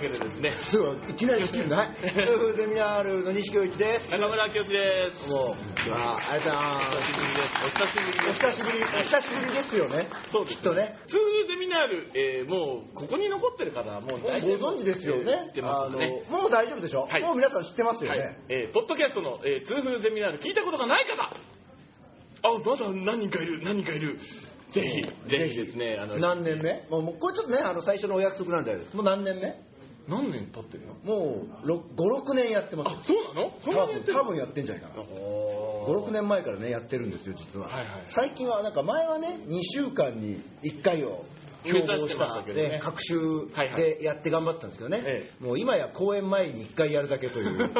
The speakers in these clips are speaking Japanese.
けでですねすごい、いきなりスキルない。スキル夫婦ゼミナールの西京一です。中村清ですもう、じゃあ、ありがとうございます。お久しぶりですお久しぶり、お久しぶりですよね。そうできっすとね。ツーゼミナール、えーもうここに残ってる方はもうご大体存知ですよえー知ねっ。てまあすののでね、もう大丈夫でしょはいもう皆さん知ってますよはいね。えーポッドキャストの、えー、通風ゼミナール聞いたことがない方あまだ何人かいる何人かいるぜひぜひですねあの何年目もうもう、これちょっとね、あの、最初のお約束なんであれです。もう何年目何年経ってるのもう、ろ5、6年やってますあ。そうなのそんな多にや分、ってる多分やってんじゃないかな。 56 56年前からねやってるんですよ実は、はいはい最近はなんか前はね2週間に1回を目指標榜ししてましたたけどねね各週はいはいでやって頑張ったんですけどね、えもう今や公演前に1回やるだけという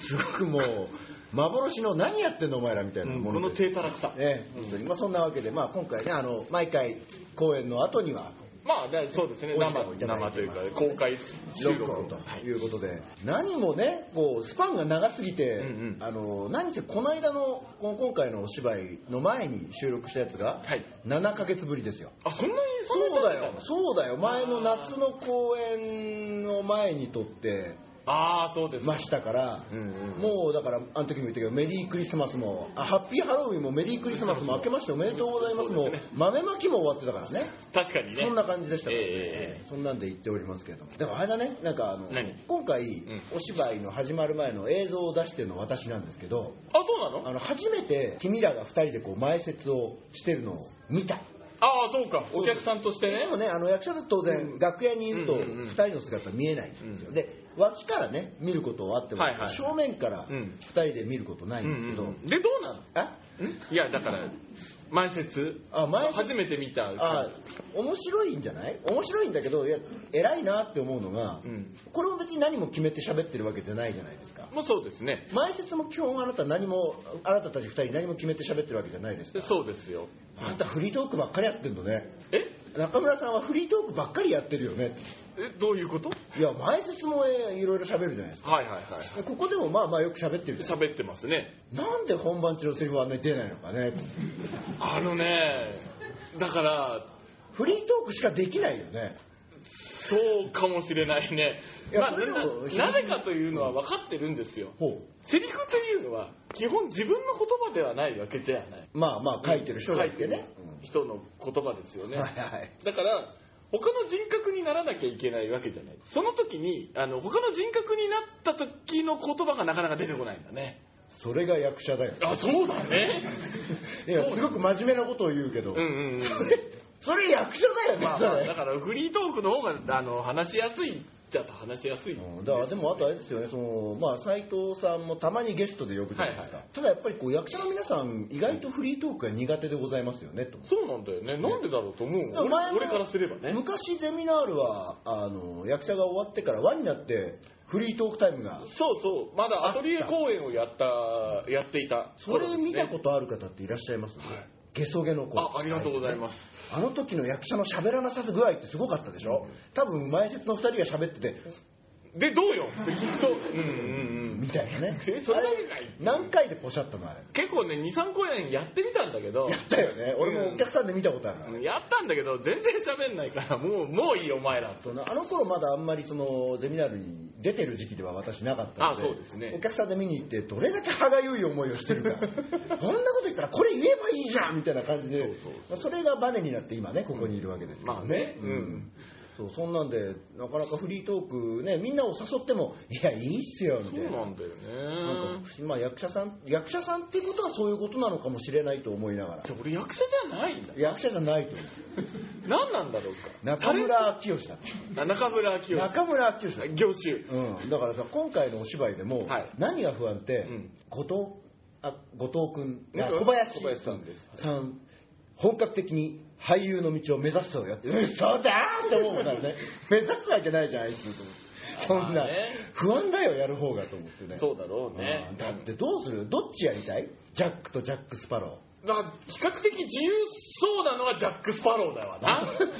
すごくもう幻の何やってんのお前らみたいなうんもこのので、低たらくさね本当にまあそんなわけで、まあ、今回ねあの毎回公演の後にはまあだそうですねお時生間をいただいて生というか公開収録録音とはいいうことで、何もねこうスパンが長すぎて、うんうんあの何せこの間のこの今回のお芝居の前に収録したやつがはい7ヶ月ぶりですよ、あそんなにんなにそう経っだてたよのそうだよ前の夏の公演を前に撮ってああそうですましたから、うんうんうんもうだからあの時も言ったけどメリークリスマスもあハッピーハロウィンもメリークリスマスも明けましておめでとうございますもそううですね豆まきも終わってたからね確かにねそんな感じでしたからね、えええそんなんで言っておりますけれどもでもあれだねなんかあの何今回、んお芝居の始まる前の映像を出してるの私なんですけどあそうなのあの初めて君らが2人でこう前説をしてるのを見たああそうかお客さんとしてでねもねあの役者だと当然、うん楽屋にいるとうんうんうん2人の姿見えないんですよ、うんで脇からね見ることはあっても、はいはい正面からうん2人で見ることないんですけど、うんうんうんでどうなのあいやだから前説あ前説初めて見たあ面白いんじゃない面白いんだけどいや偉いなって思うのが、うんこれも別に何も決めて喋ってるわけじゃないじゃないですかもうそうですね前説も基本あなた何もあなたたち2人何も決めて喋ってるわけじゃないですかそうですよあんたフリートークばっかりやってんのねえ中村さんはフリートークばっかりやってるよねえどういうこといや前説もえーいろいろ喋るじゃないですかはいはいはいここでもまあまあよく喋ってるじゃん喋ってますねなんで本番中のセリフはあんなに出ないのかねあのねだからフリートークしかできないよねそうかもしれないねいやまあそれでもななぜかというのは分かってるんですよほセリフというのは基本自分の言葉ではないわけではないうまあまあ書いてる人がいて書ねいる人の言葉ですようねんはいはいだから他の人格にならなきゃいけないわけじゃないその時にあの他の人格になった時の言葉がなかなか出てこないんだねそれが役者だよあそうだねいやすごく真面目なことを言うけど、 うんうん うんそれそれ役者だよね、まあそまあれだからフリートークの方があの話しやすいっちゃと話しやすいうんだからでもあとあれですよねその、まあ、斉藤さんもたまにゲストで呼ぶじゃないですか、はいはただやっぱりこう役者の皆さん意外とフリートークが苦手でございますよねとそうなんだよねなんでだろうと思う俺前も俺からすればね昔ゼミナールはあの役者が終わってから輪になってフリートークタイムがそうそうまだアトリエ公演をやったやっていたそ頃でれすね見たことある方っていらっしゃいます、はいゲソゲの子あありがとうございますあの時の役者の喋らなさす具合ってすごかったでしょ、多分前説の2人が喋っててでどうよって聞くとうんうんうんみたいなね えそれだけかいあれ何回でポシャったのあれ結構ね23公演 やってみたんだけどやったよね俺もお客さんで見たことあるから、やったんだけど全然喋んないからもうもういいお前らそのあの頃まだあんまりそのゼミナールに出てる時期では私なかったのであそうですねお客さんで見に行ってどれだけ歯がゆい思いをしてるかこんなこと言ったらこれ言えばいいじゃんみたいな感じでそうそうそうまあそれがバネになって今ねここにいるわけですけどまあねううんんそうそんなんでなかなかフリートークねみんなを誘ってもいやいいっすよそみうたいななんだよなんねかまあ役者さん役者さんっていうことはそういうことなのかもしれないと思いながらじゃあ俺役者じゃないんだ役者じゃないと思う何なんだろうか中村清志だタレントあ中村清中村清志だ業種うん、だからさ今回のお芝居でも、はい何が不安って、うん後藤あ後藤君なんか小林小林さんですさん本格的に俳優の道を目指すそうよって嘘だーって思うからね 目指すわけないじゃんあいつと思ってそんな、まあね不安だよやる方がと思ってねそうだろうねんだってどうするどっちやりたいジャックとジャック・スパロだから比較的自由そうなのがジャック・スパローだわなー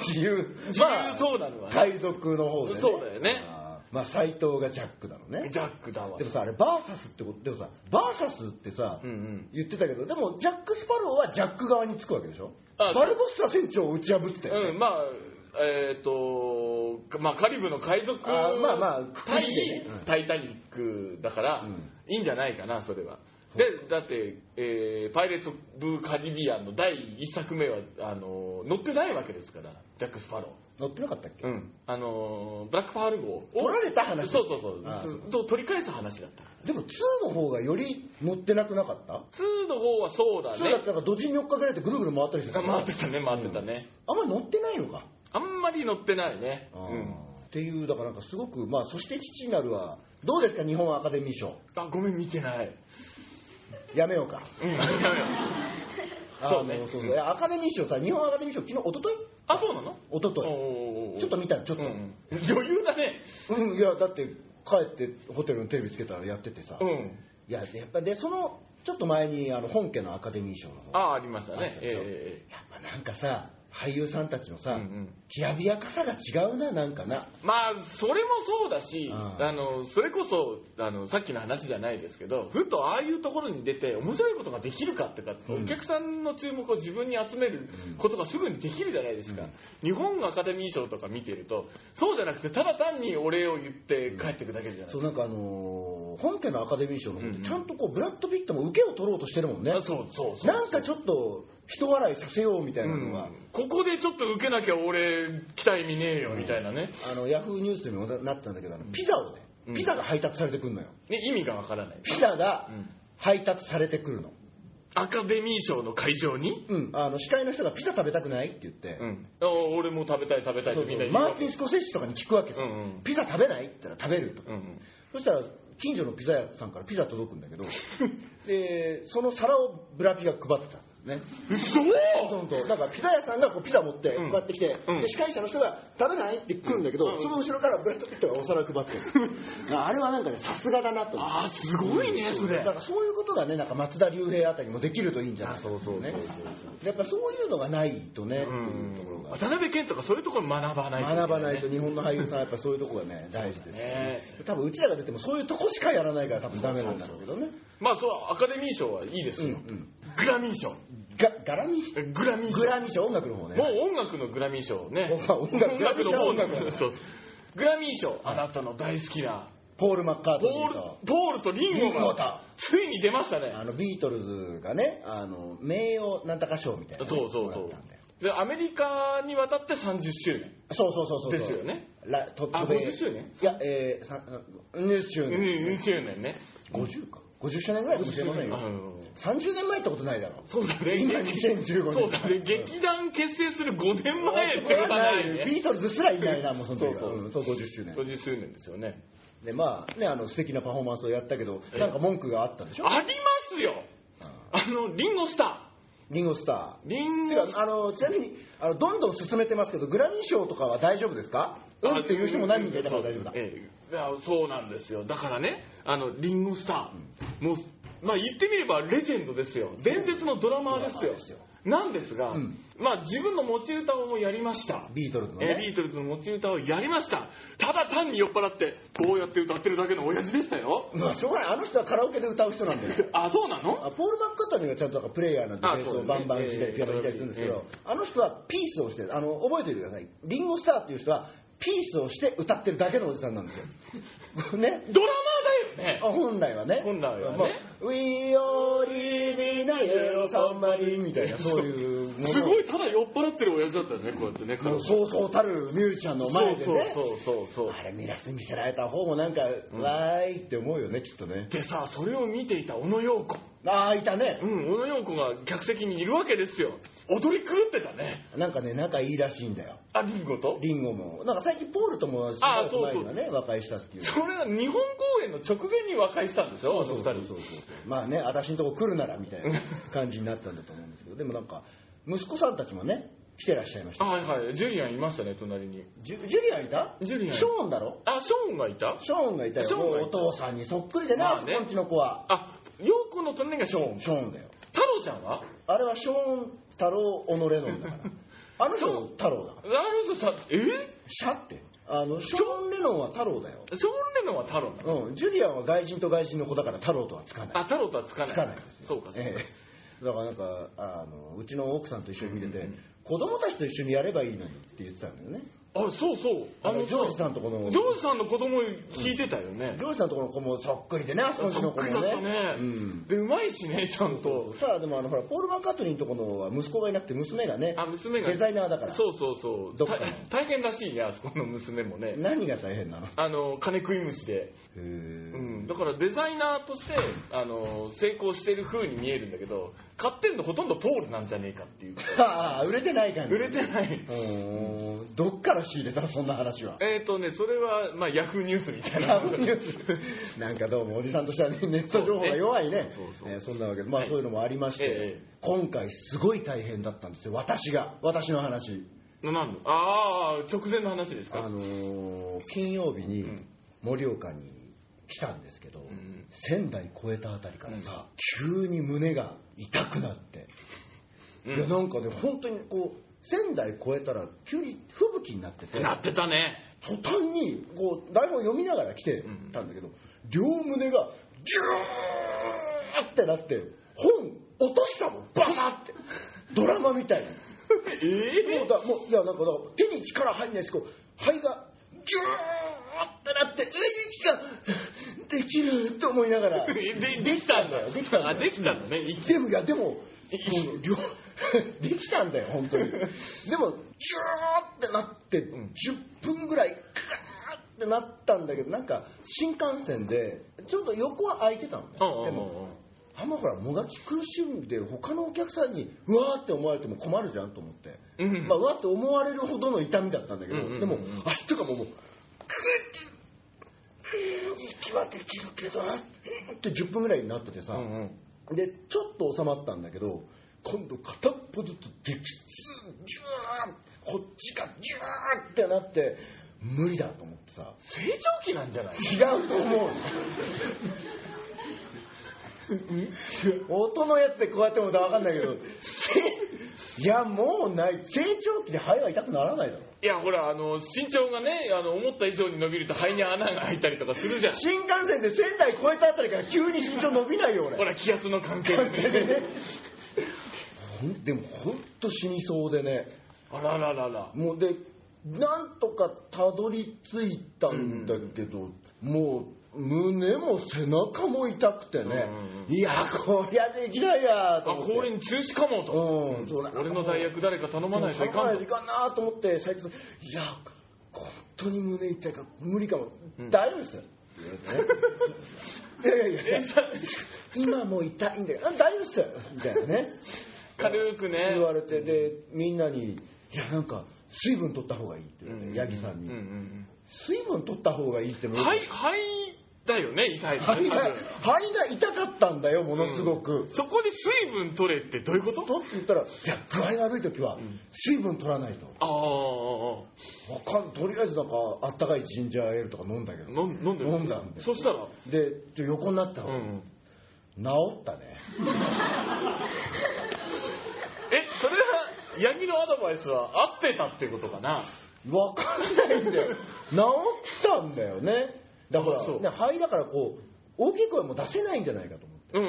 自由自由そうなのはね海賊の方で、ね、そうだよねあーまあ斎藤がジャックなのねジャックだわでもさあれバーサスってことでもさバーサスってさ、うんうん言ってたけどでもジャック・スパローはジャック側につくわけでしょあバルボッサ船長を打ち破ってたよね、うんまえっ、と、まあ、カリブの海賊あまあまあ対国でねうんタイタニックだから、うんいいんじゃないかな、それは。で、だって、えーパイレーツ・オブ・カリビアンの第1作目は、あの乗ってないわけですから、ジャック・スパロ乗ってなかったっけー。うん。あのーブラック・ファール号を。取られた話そうそうそうああそうと取り返す話だった。でも2の方がより乗ってなくなかった2の方はそうだ ?2 だっね。たらドジに追っかけられてぐるぐる回ったりしてた回ってたね、回ってたね。あんまり乗ってないのか、あんまり乗ってないね。うあーん。っていうだからなんかすごくまあそして父になるはどうですか日本アカデミー賞あ、ごめん、見てない。やめようかうん、やめようあーそうねもそうそういやアカデミー賞さ日本アカデミー賞昨日一昨日あ、そうなの一昨日おちょっと見たのちょっと、うん、余裕だね。うん、いやだって帰ってホテルのテレビつけたらやっててさ、ういん。やでやっぱでそのちょっと前にあの本家のアカデミー賞の方あやっあ、ありましたあねそ。うそうええぱなんかさ俳優さんたちのええさ、うんうんきらびやかさが違うななんかなまあ、それもそうだし、うんあの、それこそ、あの、さっきの話じゃないですけど、ふとああいうところに出て面白いことができるかってか、うんお客さんの注目を自分に集めることがすぐにできるじゃないですか。うん日本アカデミー賞とか見てると、そうじゃなくて、ただ単にお礼を言って帰ってくだけじゃないそうなんかあのー本家のアカデミー賞の方うんでうんちゃんとこうブラッド・ピットも受けを取ろうとしてるもんね、あそうそうそうなんかちょっと人笑いさせようみたいなのが、ここでちょっと受けなきゃ俺期待見ねえよみたいなね、あのヤフーニュースにもなったんだけどあのピザをねうんピザが配達されてくるのよね意味がわからないピザがうん配達されてくるの、アカデミー賞の会場に、うん、あの司会の人がピザ食べたくないって言って、あ俺も食べたい食べたいそとうみそうんな言うマわーテけィン・スコセッシとかに聞くわけさ、うんうんピザ食べないって言ったら食べるとか、うんうんそしたら近所のピザ屋さんからピザ届くん だけどでその皿をブラピが配ってたね嘘本当だからピザ屋さんがこうピザ持ってこうんうやってきて、うんで司会者の人が「食べない?」って来るんだけど、うんその後ろからブラッド・ピットがお皿配って るあれはなんかねさすがだなと思ってああすごいねそれだからそういうことがねなんか松田龍平あたりもできるといいんじゃないあそうそうそうそうねやっぱそういうのがないとね、っていうところが渡辺謙とかそういうところ学ばないといけいね学ばないと日本の俳優さんはやっぱそういうとこがね大事ですね多分うちらが出てもそういうとこしかやらないから多分ダメなんだろうけどねまあそうアカデミー賞はいいですよ、うんうんグラミー賞がガラミグラミー賞グラミー賞音楽の方ねもう音楽のグラミー賞ね音楽音楽の方音楽のそうグラミー賞あなたの大好きなポール・マッカートニポーールとポールとリンリンゴゴとがついに出ましたねあのビートルズがねあの名誉なんとか賞みたいなね、そうそうそもうらったんだよでアメリカに渡って30周年そうそうそうそうですよねラトップあベ50周年いやえー、さ20周うん年、 20周年ね50か50周年ぐらいかもしれませんうよん30年前ってことないだろそうだね今2015年そうだね劇団結成する5年前ってことはないねビートルズすらいないなもうその時はそうそうんそう50周年50周年ですよねでまあねあの素敵なパフォーマンスをやったけどええなんか文句があったんでしょありますよあのリンゴスタリンゴスターリンーてゴかスターあのちなみにあのどんどん進めてますけどグラミー賞とかは大丈夫ですかうんっていう人も何人かいたから大丈夫だええいやそうなんですよだからねあのリンゴスター、もうまあ言ってみればレジェンドですよ伝説のドラマーですドラよマーですよなんですが、うんまあ自分の持ち歌をもうやりましたビートルズのえービねートルズの持ち歌をやりましたただ単に酔っ払ってこうやって歌ってるだけの親父でしたよまあしょうがないあの人はカラオケで歌う人なんだよあそうなのあポール・マッカートニーはちゃんとなんかプレイヤーなんであベースそうだをバねンバン弾いたえりえピアノ弾いたりするんですけえどあの人はピースをしてあの覚えておいてくださいリンゴスターっていう人はピースをして歌ってるだけのおじさんなんですよ ねドラマーだよねあ本来はね本来はねまあ「We are living in a yellow submarine」みたいなそういうものすごいただ酔っ払ってる親父だったよねこうやってねもうそうそうたるミュージシャンのそ前うでねそうそうそうそうあれ見らせ見せられた方もなんか、わーいって思うよねきっとねでさそれを見ていた小野陽子ああいたねう、ん、小野陽子が客席にいるわけですよ。踊り狂ってたね。なんかね仲いいらしいんだよあ、リンゴとリンゴもなんか最近ポールともしばらく前にはね和解したっていうそれは日本公演の直前に和解したんでしょ、あの二人。そうまあね私のとこ来るならみたいな感じになったんだと思うんですけどでもなんか息子さんたちもね来てらっしゃいましたあはいはい。ジュリアンいましたね、隣に。ジュジュリアンいたジュリアンショーンだろあ、ショーンがいたショーンがいたショよ。ーンもがういおた父さんにそっくりでな、まあねこっちの子は。あ、陽子の隣がショーン。ショーンだよ。太郎ちゃんはあれはショーン太郎己の んだから。あの人太郎だから。あの人さ、えシャって。あの、ショーン・レノンは太郎だよ。ショーンレノンは太郎なのうん。ジュリアンは外人と外人の子だから太郎とはつかない。あ、太郎とはつかない。つかないですよそうか、そうか。ええだからなんかあのうちの奥さんと一緒に見てて、うんうんうん子供たちと一緒にやればいいのにって言ってたんだよねあそうそうあのジョージさんとこのジョージさんの子供聞いてたよねジ、ョージさんのところの子もそっくりでねあそこの子そもっくりだったね、うんでうまいしねちゃんとさあでもあのほらポール・マッカートニーのところは息子がいなくて娘がねあ娘がデザイナーだからそうそうそうどっかたの大変らしいねあそこの娘もね何が大変なのへあの金食い虫で、え、うん、だからデザイナーとしてあの成功してる風に見えるんだけど買ってんのほとんどポールなんじゃねえか っていうああ売れてない感じ売れてないうーんどっから仕入れたのそんな話はえっ、とねそれは、まあ、ヤフーニュースみたいなヤフーニュース なんかどうもおじさんとしてはねネット情報が弱いねそうねそうそうえーそんなわけでまあはいそういうのもありまして、ええ今回すごい大変だったんですよ私が私の話ななんのああ直前の話ですあかのー金曜日にうん盛岡に来たんですけど、ん仙台越えたあたりからさ、急に胸が痛くなって、うんいやなんかね本当にこう仙台越えたら急に吹雪になっててなってたね途端にこう台本読みながら来てたんだけど、両胸がギューってなって本落としたもんバサってドラマみたいに えもうだもういやなんかだから手に力入んないしこう肺がギューってなってうい息ができると思いながらでできたんだよできたんだあよできたのね、いでもいやでもこう両 できたんだよ本 当にでもギューってなってん10分ぐらいガーってなったんだけどなんか新幹線でちょっと横は空いてたのねうんうんうんでもあんまほらもがき苦しんでる他のお客さんにうわーって思われても困るじゃんと思って、うんまあ、うわーって思われるほどの痛みだったんだけど、うんうんうんでも足とかももうグーって息はできるけどうんって10分ぐらいになっててさ、うんうんでちょっと収まったんだけど今度片っぽずつ激痛ギューこっちがギューってなって無理だと思ってさ成長期なんじゃない違うと思う音のやつでこうやっても分かんないけどせいやもうない成長期で肺が痛くならないだろいやほらあの身長がねあの思った以上に伸びると肺に穴が開いたりとかするじゃん新幹線で仙台越えたあたりから急に身長伸びないよ俺ほら気圧の関係でねほ んでも本当死にそうでね あららららもうでなんとかたどり着いたんだけど、もう胸も背中も痛くてね、うんいやこりゃできないやとあ思ってこれに中止かもと、うんそうだ俺の代役誰か頼まないとい頼まかなんいとといかんなと思って斉藤さん「いや本当に胸痛いから無理かも、大丈夫ですよ」いやいやいや今も痛いんだよあ大丈夫っすよみたいなね 軽くね言われてでみんなに「いやなんか水分取った方がいい」って言われて八木さんうんうんうにん「水分取った方がいい」ってもう肺肺だよね痛いの肺ね多が分肺が痛かったんだよものすごく、そこで水分取れってどういうこととって言ったら「いや具合悪い時は水分取らないと」ああわかんとりあえずなんかあったかいジンジャーエールとか飲んだけど飲ん飲んで飲んだんでそしたらでちょ横になったうの、ん治ったねえそれは八木のアドバイスは合ってたってことかなわかんないんだよ治ったんだよねだかあら、そうね、肺だからこう大きい声も出せないんじゃないかと思ってうんう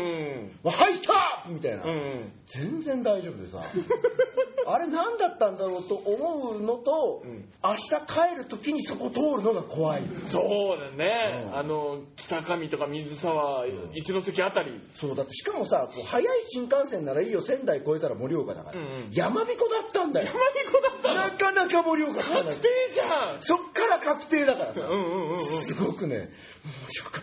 ん「わ肺ストップ!」みたいな、うんうん全然大丈夫でさ あれ何だったんだろうと思うのと、うん明日帰る時にそこ通るのが怖いそうだね、うんあの北上とか水沢、ん一関あたりそうだってしかもさこう早い新幹線ならいいよ仙台越えたら盛岡だから、うんうん山彦だったんだよマリコだったらなかなか盛岡から確定じゃんそっから確定だからさ、うんうんうんうすごくね、もうしょうが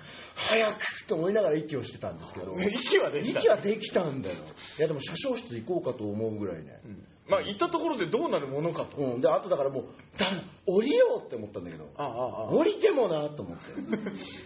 早くと思いながら息をしてたんですけどん、息はできた息はできたんだよ。いやでも車掌室行こうかと思うぐらいね。まあ行ったところでどうなるものかとうん、で、あとだからもう、だ降りようって思ったんだけど、ああああ降りてもな と思って。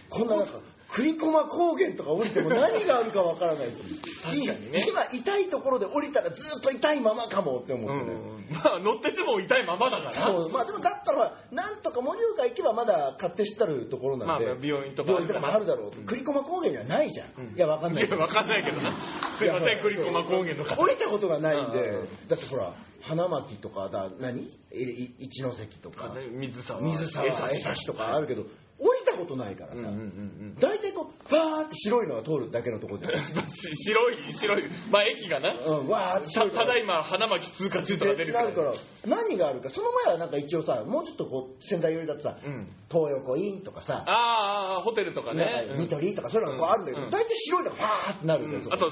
こんななんか、栗駒高原とか降りても何があるかわからないし、確かにね今痛いところで降りたらずっと痛いままかもって思うってね。んうんまあ乗ってても痛いままだからそうまあでもだったらなんとか盛岡行けばまだ買って知ったるところなんで、まあ病院とか病院とかもあるだろう、うん栗駒高原にはないじゃん、うんいやわかんないいやわかんないけどなすいません栗駒高原の方降りたことがないんで、うんうんだってほら花巻とかだ何えい一ノ関とか水沢水沢江差しとかあるけど降りたことないからうさ、んうんうんうん大体こうバーって白いのが通るだけのところじゃないですか。し白い白いまあ駅がな、うん、わーってた白いのがただいま花巻通過中とか出るなるから何があるかその前はなんか一応さもうちょっとこう仙台寄りだとさ、うん東横インとかさ、あーあーホテルとかねなんかニトリとかそういうのがこうあるんだけど、うん大体白いのがファーってなるんうだんよ、そあこ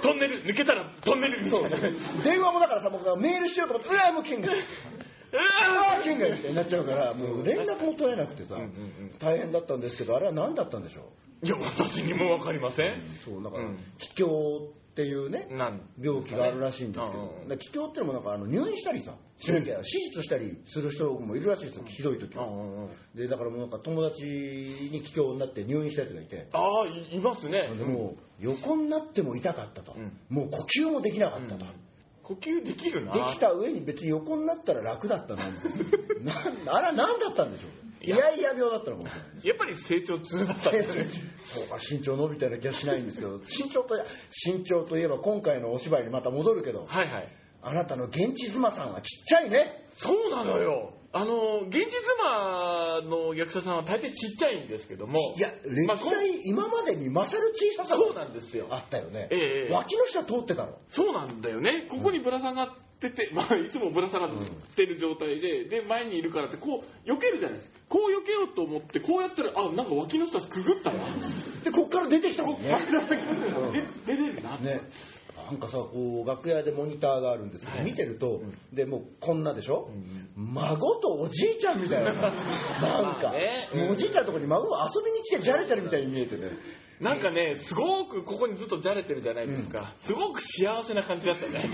とトンネル抜けたらトンネルみたそいうなうわそう電話もだからさ僕がメールしようと思ってうわもう県外ああ県外みたいになっちゃうからもう連絡も取れなくてさ、んうんうん大変だったんですけどあれは何だったんでしょーいや私にも分かりませんう、そうだから、うん気胸っていうねなん病気があるらしいんですけうどん、で気胸っていうのもなんかあの入院したりさしなきゃ手術したりする人もいるらしいですよ、ひどい時うは、んうんうんでだからもうなんか友達に気胸になって入院したやつがいて、ああいいますねでもう横になっても痛かったと、うんもう呼吸もできなかったと、呼吸できるなできた上に別に横になったら楽だったな なんあら何だったんでしょういいややいや病だったのかもしれないやっぱり成長痛だったんですねそうか身長伸びたような気がしないんですけど身長と身長といえば今回のお芝居にまた戻るけどはいはいあなたの現地妻さんはちっちゃいねそうなのよあの現実魔の役者さんは大抵ちっちゃいんですけどもいや歴まあこん代今までに勝る小ささそうがなんですよあったよね、ええ脇の下通ってたのそうなんだよねここにぶら下がってて、まあ、いつもぶら下がってる状態で、で前にいるからってこう避けるじゃないですかこう避けようと思ってこうやったらあなんか脇の下くぐったなでこっから出てきたもんねんで出れるな、ねなんかさこう楽屋でモニターがあるんですけど、はい見てると、うでもうこんなでしょ、う孫とおじいちゃんみたいななんまか、あねうんもうおじいちゃんのとこに孫が遊びに来てじゃれてるみたいに見えてねなんかねすごくここにずっとじゃれてるじゃないですか、すごく幸せな感じだったね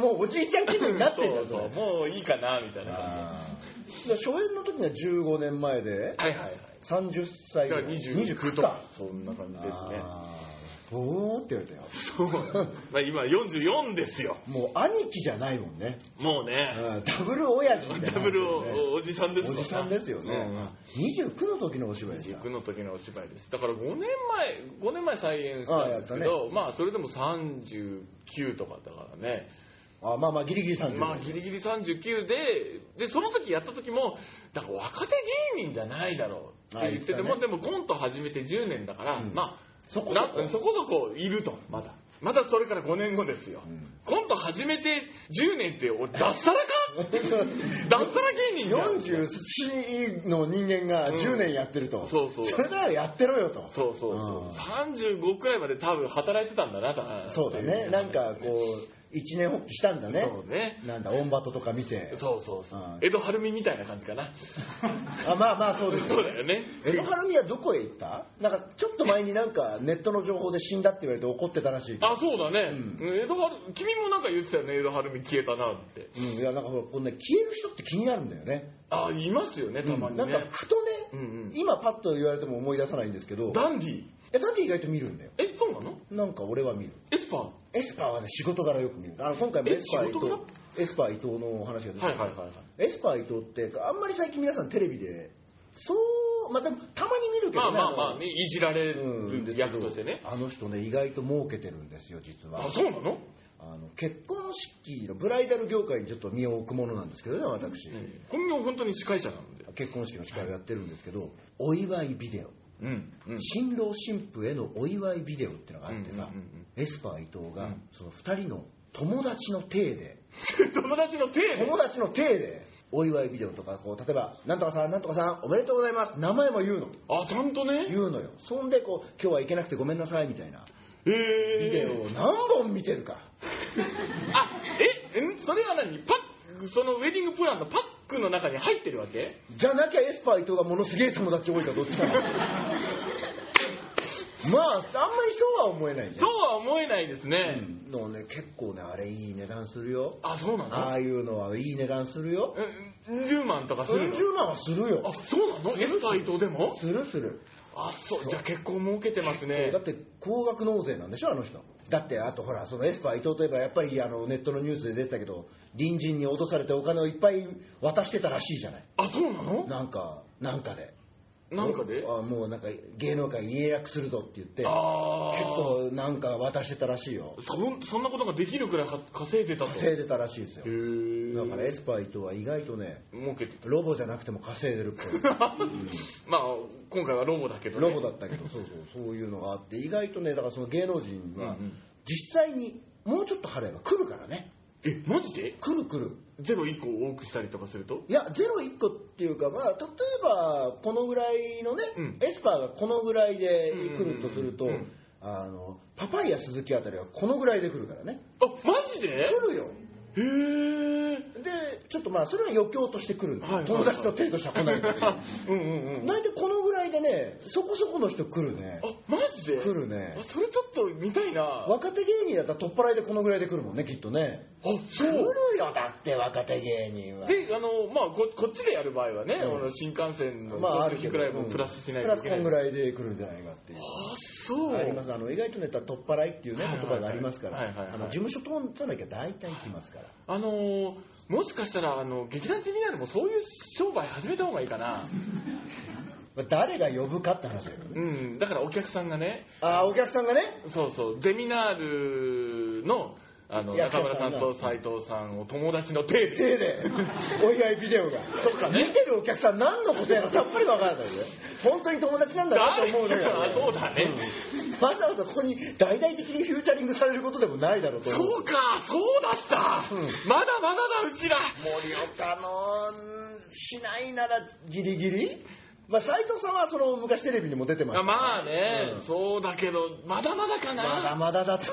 もうおじいちゃん気分になってんだ そうそうもういいかなみたいな感あーだから初演の時には15年前でじはいはいはい30歳だから29とかかそんな感じですねあーおーって言われたよそう まあ今44ですよもう兄貴じゃないもんね、もううね、ん、ダブル親父みたいなダブルおおじさんですおじさんですよね、うんうん29の時のお芝居ですか軸の時のお芝居ですだから5年前5年前再演したんですけああやっど、まあそれでも39とかだからねあまあまあギリギリ30まあギリギリ39ででその時やった時もだから若手芸人じゃないだろうって言っててああ言もってでもコント始めて10年だから、うんまあそこそこなそこそこいるとまだまだそれから5年後ですよ、んコント始めて10年って俺脱サラか脱サラ芸人じゃん44の人間が10年やってると、そうそうれならやってろよとそうそうそう、うん35くらいまで多分働いてたんだなだからそうだねなんかこう一年発起したんだねそうねなんだオンバトとか見てそうそうそう、うん江戸晴美みたいな感じ かなあまあまあそうですそうだよね江戸晴美はどこへ行ったなんかちょっと前になんかネットの情報で死んだって言われて怒ってたらしいけどあそうだね、うんうん江戸晴君もなんか言ってたよね江戸晴美消えたなってうん、いやなんかほらこんな消える人って気になるんだよねあいますよねたまにね、うんなんかふとね、うんうん今パッと言われても思い出さないんですけどダンディえだって意外と見るんだよえそうなのなんか俺は見るエスパーエスパーはね仕事柄よく見るあの今回もえエスパー伊仕事藤柄エスパー伊藤のお話が出てはいはいはいはいエスパー伊藤ってあんまり最近皆さんテレビでそうまあでもたまに見るけまあどねまあまあのねいじられうんでるすけど役としてね、あの人ね意外と儲けてるんですよ実はあそうなのあの結婚式のブライダル業界にちょっと身を置くものなんですけどね私、本業本当に司会者なんで結婚式の司会をやってるんですけどお祝いビデオうんうん新郎新婦へのお祝いビデオっていうのがあってさ、うんうんうんエスパー伊藤うがんその2人の友達の体で、友達の手友達の体でお祝いビデオとかこう例えば「なんとかさんなんとかさんおめでとうございます」名前も言うのあちゃんとね言うのよそんでこう「今日は行けなくてごめんなさい」みたいなえビデオを何本見てるかあえんそれは何パックそのウェディングプランのパックの中に入ってるわけじゃなきゃエスパー伊藤がものすげえ友達多いかどっちかなまああんまりそうは思えないねそうは思えないですね、のね結構ねあれいい値段するよあそうなあのあいうのはいい値段するようん10万とかするの40万はするあよそうなのエスパー伊藤でもするするあそうじゃあ結構儲けてますねだって高額納税なんでしょあの人だってあとほらそのエスパー伊藤といえばやっぱりあのネットのニュースで出てたけど隣人に脅されてお金をいっぱい渡してたらしいじゃないあそうなのなんかなんかでなんかであもうなんか芸能界家約するぞって言ってああ結構なんか渡してたらしいよそんそんなことができるくらいは稼いでたと稼いでたらしいですよへーだからエスパイとは意外とね儲けてたロボじゃなくても稼いでるっぽいまあ今回はロボだけど、ね、ロボだったけどそうそうそういうのがあって意外とねだからその芸能人はうんうん実際にもうちょっと払えば来るからねえマジで来る来るゼロ1個多くしたりとかするといやゼロ1個っていうかまあ例えばこのぐらいのね、うんエスパーがこのぐらいで来るとすると、うんうんうんうんあのパパイヤ鈴木あたりはこのぐらいで来るからねあマジで来るよへえでちょっとまあそれは余興として来るんだよ、はいはいはい友達の程度しか来ないんだけど うんうんうん 大体このぐらいでねそこそこの人来るねあマジで来るねあそれちょっと見たいなあ若手芸人だったら取っ払いでこのぐらいで来るもんねきっとねそ来るうよだって若手芸人はであのまあここっちでやる場合はね、うんあの新幹線のまあある時けくどらいもうんプラスしないとプラいスけこない、んぐらいで来るんじゃないかっていうあそうありますあの意外とね取っ払いっていうねはいはいはい言葉がありますからはいはいはいあの事務所通さなきゃ大体来ますからあのーもしかしたらあの劇団セミナーでもそういう商売始めた方がいいかなまあ誰が呼ぶかって話だよねうんだからお客さんがねああお客さんがねそうそうゼミナールのあのいや中村さんとそうそう斉藤さんを友達の手で手でお祝いビデオがとかね見てるお客さん何のことやらさっぱりわからないよ本当に友達なんだなと思うの誰かがそうだねうんわざわざここに大々的にフューチャリングされることでもないだろうと思そうかそうだった、うんまだまだだうちら盛岡のしないならギリギリまあ斎藤さんはその昔テレビにも出てましあたまあね、うんそうだけどまだまだかな、まだまだだと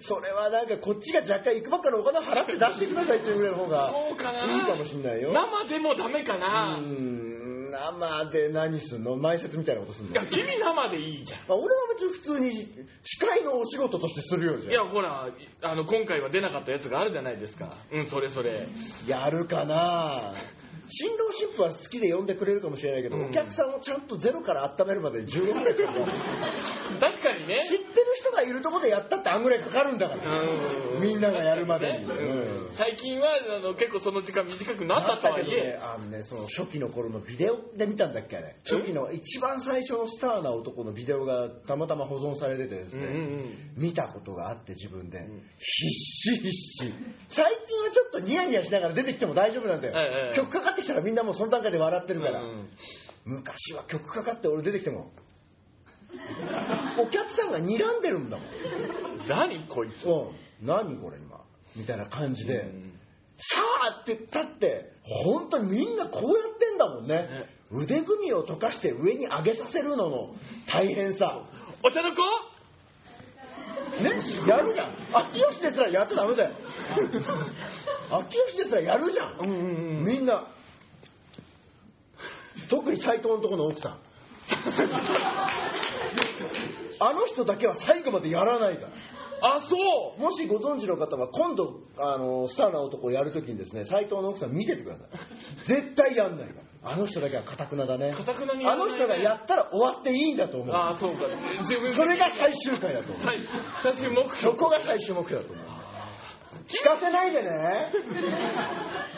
それはなんかこっちが若干いくばっかのお金を払って出してくださいっていうぐらいの方がそうかないいかもしんないよ生でもダメかうな、ん生で何すんの前説みたいなことすんのいや君生でいいじゃんまあ、俺は別に普通に司会のお仕事としてするよじいゃやほらあの今回は出なかったやつがあるじゃないですかうんそれそれんやるかな新郎新婦は好きで呼んでくれるかもしれないけど、うんお客さんをちゃんとゼロから温めるまで15分くらいかかる確かにね知ってる人がいるところでやったってあんぐらいかかるんだから、うんみんながやるまでねに、うん最近はあの結構その時間短くなったとはいえあのねその初期の頃のビデオで見たんだっけあれ初期の一番最初のスターな男のビデオがたまたま保存されててですうね、んうん見たことがあって自分で、ん必死必死最近はちょっとニヤニヤしながら出てきても大丈夫なんだよ、はいはいはい曲かかってきたらみんなもうその段階で笑ってるうんから、うん昔は曲かかって俺出てきてもお客さんが睨んでるんだもん何こいつうん、何これ今みたいな感じで、んさあって言ったって本当にみんなこうやってんだもんねね腕組みを溶かして上に上げさせるのの大変さお茶の子ねやるじゃん秋吉ですらやっちゃダメだ よ秋吉ですらやるじゃん、みんな特に斎藤のとこの奥さ んあの人だけは最後までやらないからあそうもしご存知の方は今度あのスターな男をやるときにですね斎藤の奥さん見ててください絶対やんないからあの人だけはかたくなだね頑なにあの人がやったら終わっていいんだと思あうあそうか自分それが最終回だと思う最最終目そ標こが最終目標だと思う聞かせないでね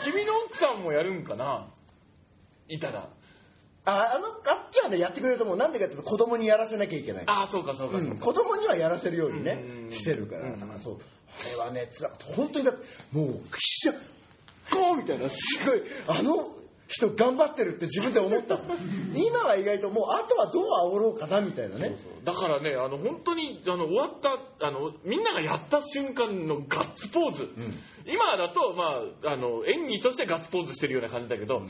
君の奥さんもやるんかないたらああのあっちはねやってくれると思うなんでかっていうと子供にやらせなきゃいけないああそうかそうかうそんうか子供にはやらせるようにねうんうんうんしてるからうんだからそうあれはねつらかった本当にだってもうくしゃゴーみたいなすごいあの人頑張ってるって自分で 思ったもん今は意外ともうあとはどう煽ろうかなみたいなねだからねあの本当にあの終わったあのみんながやった瞬間のガッツポーズ、ん今だと、まあ、あの演技としてガッツポーズしてるような感じだけど、もう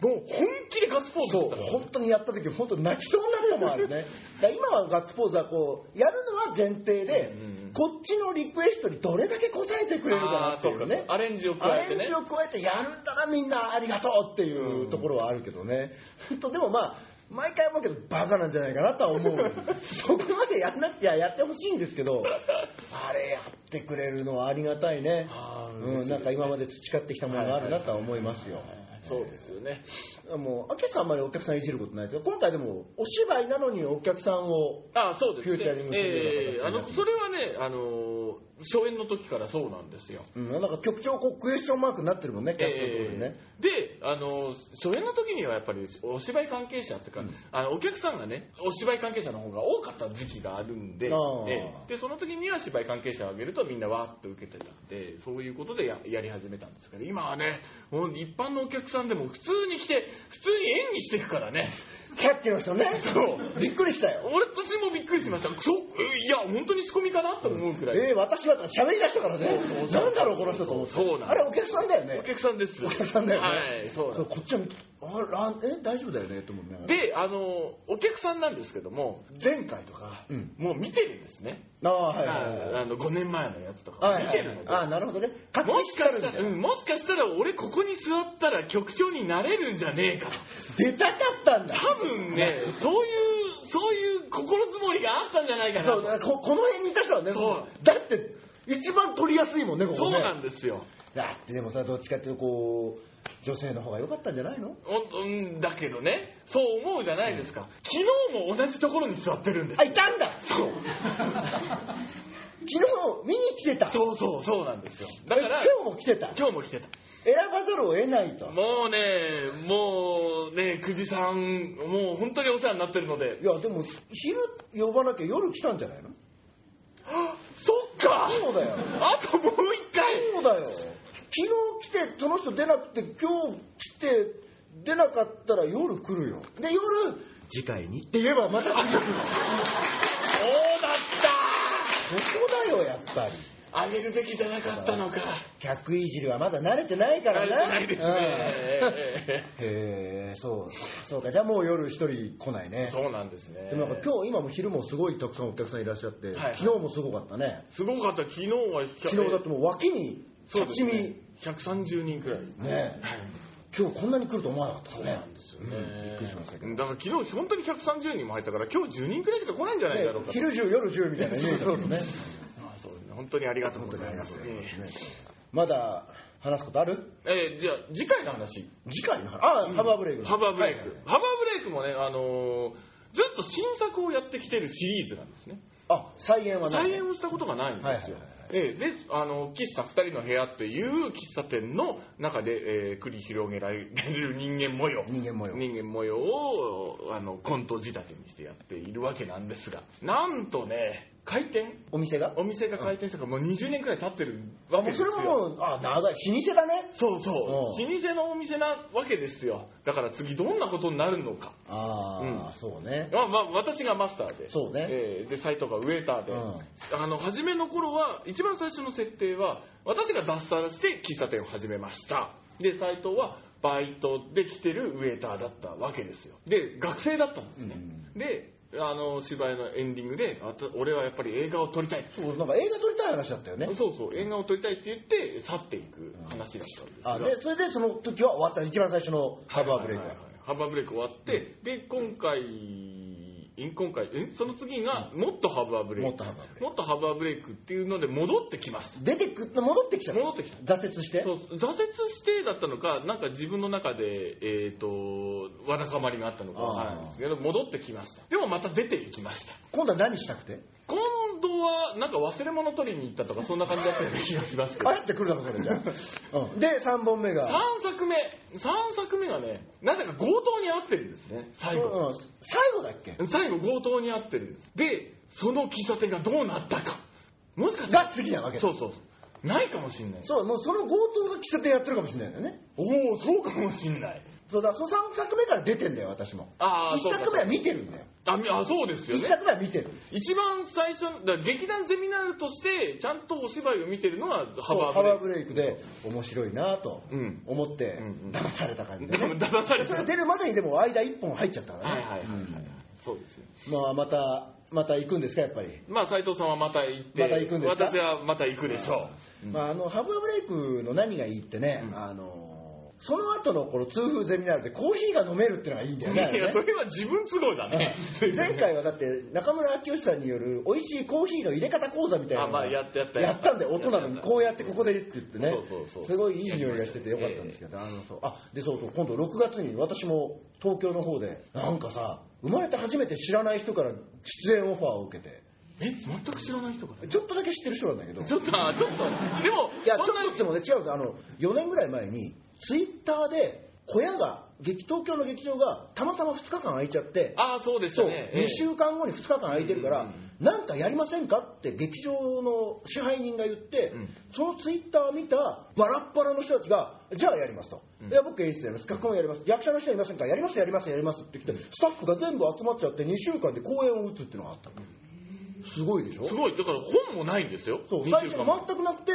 本気でガッツポーズそだうったから本当にやった時本当泣きそうになったもんあ るねだから今はガッツポーズはこうやるのは前提でうんうんこっちのリクエストにどれだけ応えてくれるかなっていうあーそうねかアレンジを加えてねアレンジを加えてやるんだなみんなありがとうっていうところはあるけどね、本当でもまあ毎回思うけどバカなんじゃないかなとは思 うそこまでやんなきゃやってほしいんですけどあれやってくれるのはありがたいねあー嬉しいうん、なんか今まで培ってきたものがあるなとは思いますよ、じそうですよね。もう、明さんあんまりお客さんいじることないですけど、今回でも、お芝居なのにお客さんを、あそうですフューねチャリングするえようーあな形になってのそれはね、あのー初演の時からそうなんですよ。うん、なんか局長こうクエスチョンマークになってるもんね、キャストのところでえね。ーであの初演の時にはやっぱりお芝居関係者っていうか、あのお客さんがねお芝居関係者の方が多かった時期があるんで,えあー、ーでその時には芝居関係者を挙げるとみんなわーっと受けてたんでそういうことでややり始めたんですけど今はねもう一般のお客さんでも普通に来て普通に演技していくからねさっきの人ね、そうびっくりしたよ。俺私もびっくりしましたそうえいや本当に仕込みかなと思うくらい、えー、私はとか喋り出したからね、なんだろう、この人と思って。そうなんあれ、お客さんだよねお。客さんですお客さんだよねはいそうなんそでうすこっちは見て、あらえ大丈夫だよねと思いながら。であのお客さんなんですけども前回とか、うんもう見てるんですね、あーはいはいはいあの5年前のやつとかはもい見はいてはるのいで、あーなるほどね。確も認ししてあかるんしただら、ようんもしかしたら俺ここに座ったら局長になれるんじゃねえかと出たかったんだ。多分ねそういうそういう心づもりがあったんじゃないかなそとうここの辺にいた人はねそだって一番取りやすいもんねこそこうねなんですよだってでもさどっちかっていうとこう女性の方が良かったんじゃないのおうんだけどねそう思うじゃないですか、昨日も同じところに座ってるんですあいたんだそう 昨日見に来てたうそうそうそうなんですよだから今日も来てた今日も来てた選ばざるを得ないともうね、もうね、久慈さん、もう本当にお世話になってるのでい、やでも昼呼ばなきゃ夜来たんじゃないのそっかそうだよあともう一回そうだよ昨日来てその人出なくて今日来て出なかったら夜来るよで夜次回にって言えばまた来るよそうだっそこだよやっぱりたあげるべきじゃなかったのか。客いじりはまだ慣れてないか慣られてなないですねえうんへえそうそうかじゃあもう夜一人来ないえ。ねそうなんですね。でもなんか今日今も昼もすごいたくさんお客さんいらっしゃって、いはい昨日もすごかったねすごかった、昨日は100昨日だってもう脇にそうで立すち見ね。130人くらいですね。ねはい今日こんなに来ると思わなかったそうなんですよね、うんびっくりしましたけどだから昨日本当に130人も入ったから今日10人くらいしか来ないんじゃないだろうねかと昼10夜10みたいなイメージだもんねああそうですね本当にありがとう本ご当にざいまありますす、ええねまだ話すことあるえーじゃあ次回の話次回の話あ、ハバーブレイクハバーブレイク、はいハバーブレイクもね、あのーずっと新作をやってきてるシリーズなんですねあ再現はない再演をしたことがないんですよ、はいはいええであの喫茶2人の部屋っていう喫茶店の中で、えー繰り広げられる人間模様人間模様人間模様をあのコント仕立てにしてやっているわけなんですがなんとね開店お店がお店が開店したからもう20年くらい経ってるわけもうですそよれももうあ長い老舗だねそうそううん老舗のお店なわけですよだから次どんなことになるのかああ、うんそうねまあまあ私がマスターでそうねえーで斎藤がウェーターで、うんあの初めの頃は一番最初の設定は私が脱サラして喫茶店を始めましたで斎藤はバイトで来てるウェーターだったわけですよで学生だったんですね、であの芝居のエンディングであた俺はやっぱり映画を撮りたいそうなんか映画撮りたい話だったよねそうそう映画を撮りたいって言って去っていく話だったんですがあでそれでその時は終わった一番最初のハバーブレイクははいはいはいハーバーブレイク終わって、で今回え今回えその次がもっとハーバーブレイクもっとハーバーブレイクもっとハーバーブレイクっていうので戻ってきまし出てく戻ってきちゃたった戻ってきた挫折してそう挫折してだったのかなんか自分の中で、えー、とわだかまりがあったのかわからないんですけど戻ってきましたでもまた出ていきました今度は何したくて今度はなんか忘れ物取りに行ったとかそんな感じだったような気がしますけ どあやってくるだろそれじゃあ、うん、で3本目が3作目3作目がねなぜか強盗に遭ってるんですね最後そううん最後だっけ最後強盗に遭ってるんですでその喫茶店がどうなったかもしかしたらが次なわけだそうそうそうないかもしんないそうもうその強盗が喫茶店やってるかもしれないんだよねおおそうかもしんないそうだそう3作目から出てんだよ私もあー1そうか作目は見てるんだよあみあそうですよ1ね作目は見てる一番最初だから劇団ゼミナールとしてちゃんとお芝居を見てるのはハそうバハーバーブブレイクで面白いなとうん思ってうんうん騙された感じレイクででねも騙されそたれはい出るまでにでも間1本入っちゃったかはらいねはいはい、うんそうですよまあまたまた行くんですかやっぱりまあ斎藤さんはまた行ってまた行くんですか私はまた行くでしょう、まあ、あのハブブレイクの何がいいってね、うんあのその後のこの痛風ゼミナールでコーヒーが飲めるってのがいいんだよいねあやいやれそね。れは自分都合だね 前回はだって中村明義さんによる美味しいコーヒーの入れ方講座みたいなのがあまあやったやったやったんで大人のこうやってここでって言ってねそうそうそうすごいいい匂いがしててよかったんですけどあのそうあでそうそう今度6月に私も東京の方でなんかさ生まれて初めて知らない人から出演オファーを受けてえ全く知らない人からちょっとだけ知ってる人なんだけどちょっとあちょっとでもいや、ちそょんなっとってもね、違うんですあの、4年ぐらい前に、ツイッターで、小屋が、劇東京の劇場が、たまたま2日間空いちゃって、あそうでしたそう、ねええ2週間後に2日間空いてるかうんらうん、なんかやりませんかって劇場の支配人が言ってうん、そのツイッターを見たバラッバラの人たちが、じゃあやりますとうん。いや、僕演出やります。脚本やります。役者の人いませんかやります、やります、やりますって来て、スタッフが全部集まっちゃって、2週間で公演を打つっていうのがあったのすごいでしょすごいだから本もないんですよそう二最週初間も全くなくて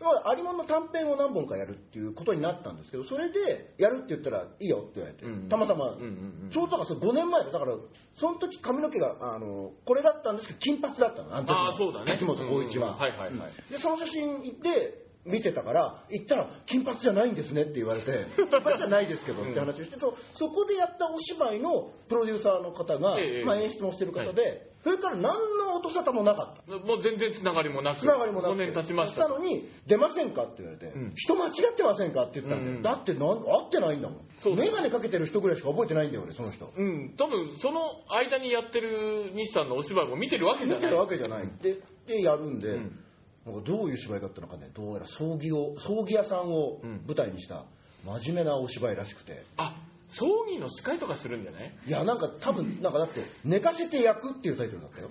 だから有馬の短編を何本かやるっていうことになったんですけどそれでやるって言ったらいいよって言われて、うんたまたま、うんうんうんちょうどだから5年前だだからその時髪の毛があのこれだったんですけど金髪だったのあの時のあーそうだね滝本浩一は、うんうんはいはいはいうんでその写真で見てたから行ったら金髪じゃないんですねって言われ て金髪じゃないですけどって話をして、そうそこでやったお芝居のプロデューサーの方が、ええええまあ、演出もしてる方で、それから何の音沙汰もなかったもう全然つながりもなくつながりもなく5年経ちまししたのに出ませんかって言われて、うん人間違ってませんかって言ったんで、うんうんだってなん合ってないんだもんそう眼鏡かけてる人ぐらいしか覚えてないんだよ俺その人うん多分その間にやってる西さんのお芝居も見てるわけじゃ見なているわけじゃないででやるんで、うんなんかどういう芝居だったのかねどうやら葬儀を葬儀屋さんをうん舞台にした真面目なお芝居らしくてあ葬儀の司会とかするんじゃないいやなんか多分なんかだって「寝かせて焼く」っていうタイトル だったよ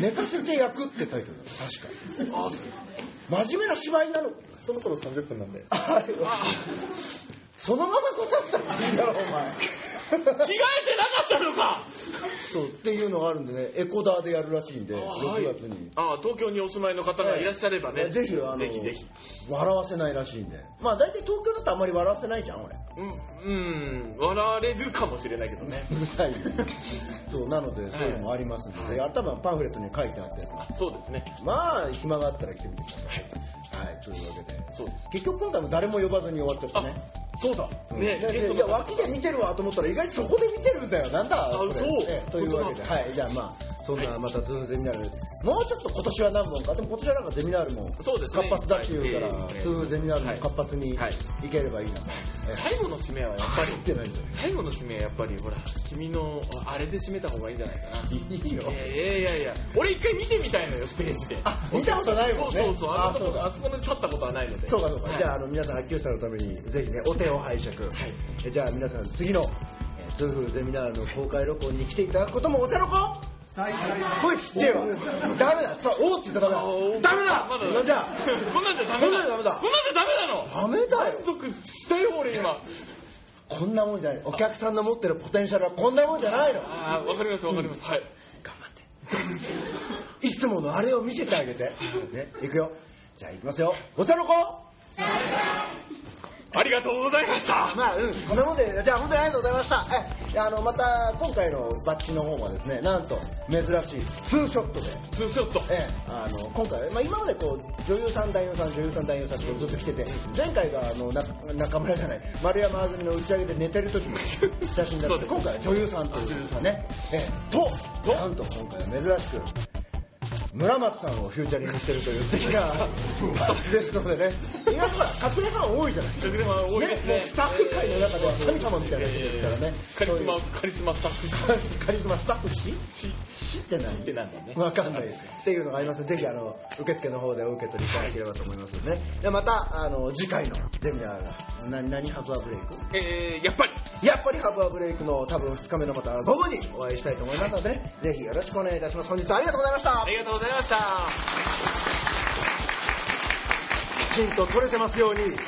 寝かせて焼くってタイトルだった確かにあ真面目な芝居なのそろそろ30分なんであ着替そのまま答えたらいいだろお前 えてなかったのかそうっていうのがあるんでねエコダーでやるらしいんで6月に、ああ東京にお住まいの方がいらっしゃればね、ぜひあのぜひぜひ笑わせないらしいんでまあ大体東京だとあんまり笑わせないじゃん俺うん、うん、笑われるかもしれないけどねうるさいそうなのでそういうのもありますので、は多分パンフレットに書いてあってそうですねまあ暇があったら来てみてくださいはい、というわけでそうです結局今回も誰も呼ばずに終わっちゃったあねそうだうんねででゲストいのや方脇で見てるわと思ったら意外とそこで見てるんだよなんだあこれそうええというわけで、そはい、じゃあまあそんはないまた続いてみなる、もうちょっと今年は何本かでも今年はなんかゼミナールもそうです活ね発だっていうから、はいええええ通ゼミナールも活発にはいいければいいなと、ええ最後の締 めはやっぱり入って ないんだよ最後の締めはやっぱりほら君のああれで締めた方がいいんじゃないかないいよいやいやいやいや俺一回見てみたいのよステージであ見たことないもんねそうそうそうああそうそかあそこで立ったことはないのでそうかそうか、はいじゃああの皆さん秋吉さんのためにぜひねお手を拝借、いえじゃあ皆さん次のえー痛風ゼミナールの公開録音に来ていただくこともお手の子声ちっちゃいわダメだそうおーって言ったらダメだまダメだじゃあ こんなんじゃダメだこんなんじゃダこんなメだんじゃダメなのダメだよ満足したよ俺今こんなもんじゃないお客さんの持ってるポテンシャルはこんなもんじゃないの頑ああわかりますわかります、はい張っていつものあれを見せてあげてねいくよじゃあいきますよお茶の子ありがとうございましたまあうんこんなもんでじゃあ本当にありがとうございましたえいやあのまた今回のバッジの方はですねなんと珍しいツーショットでツーショットええ、あの今回、まあ、今までこう女優さん男優さん女優さん男優さんってずっと来てて前回があのな中村じゃない丸山あずみの打ち上げで寝てる時の写真だそっうですた今回は女優さんという女優さんね、ええ、ととなんと今回は珍しく村松さんをフューチャリングしてるという素敵な形ですのでね今ほら隠れファン多いじゃない隠れファン多いですねもうスタッフ界の中では神様みたいな人ですからねカリスマそうカリスマスタッフ いうカリスマスタッフししって何ってなんだねわかんないです。っていうのがありますので、ぜひあの受付の方でお受け取りいただければと思いますので、ね、でまたあの次回のゼミナール、な何ハブアブレイクえー、やっぱりやっぱりハブアブレイクの多分2日目のまた午後にお会いしたいと思いますので、ね、ぜひよろしくお願いいたします。本日はありがとうございましたあ。りがとうございましたきちんと取れてますように、ね。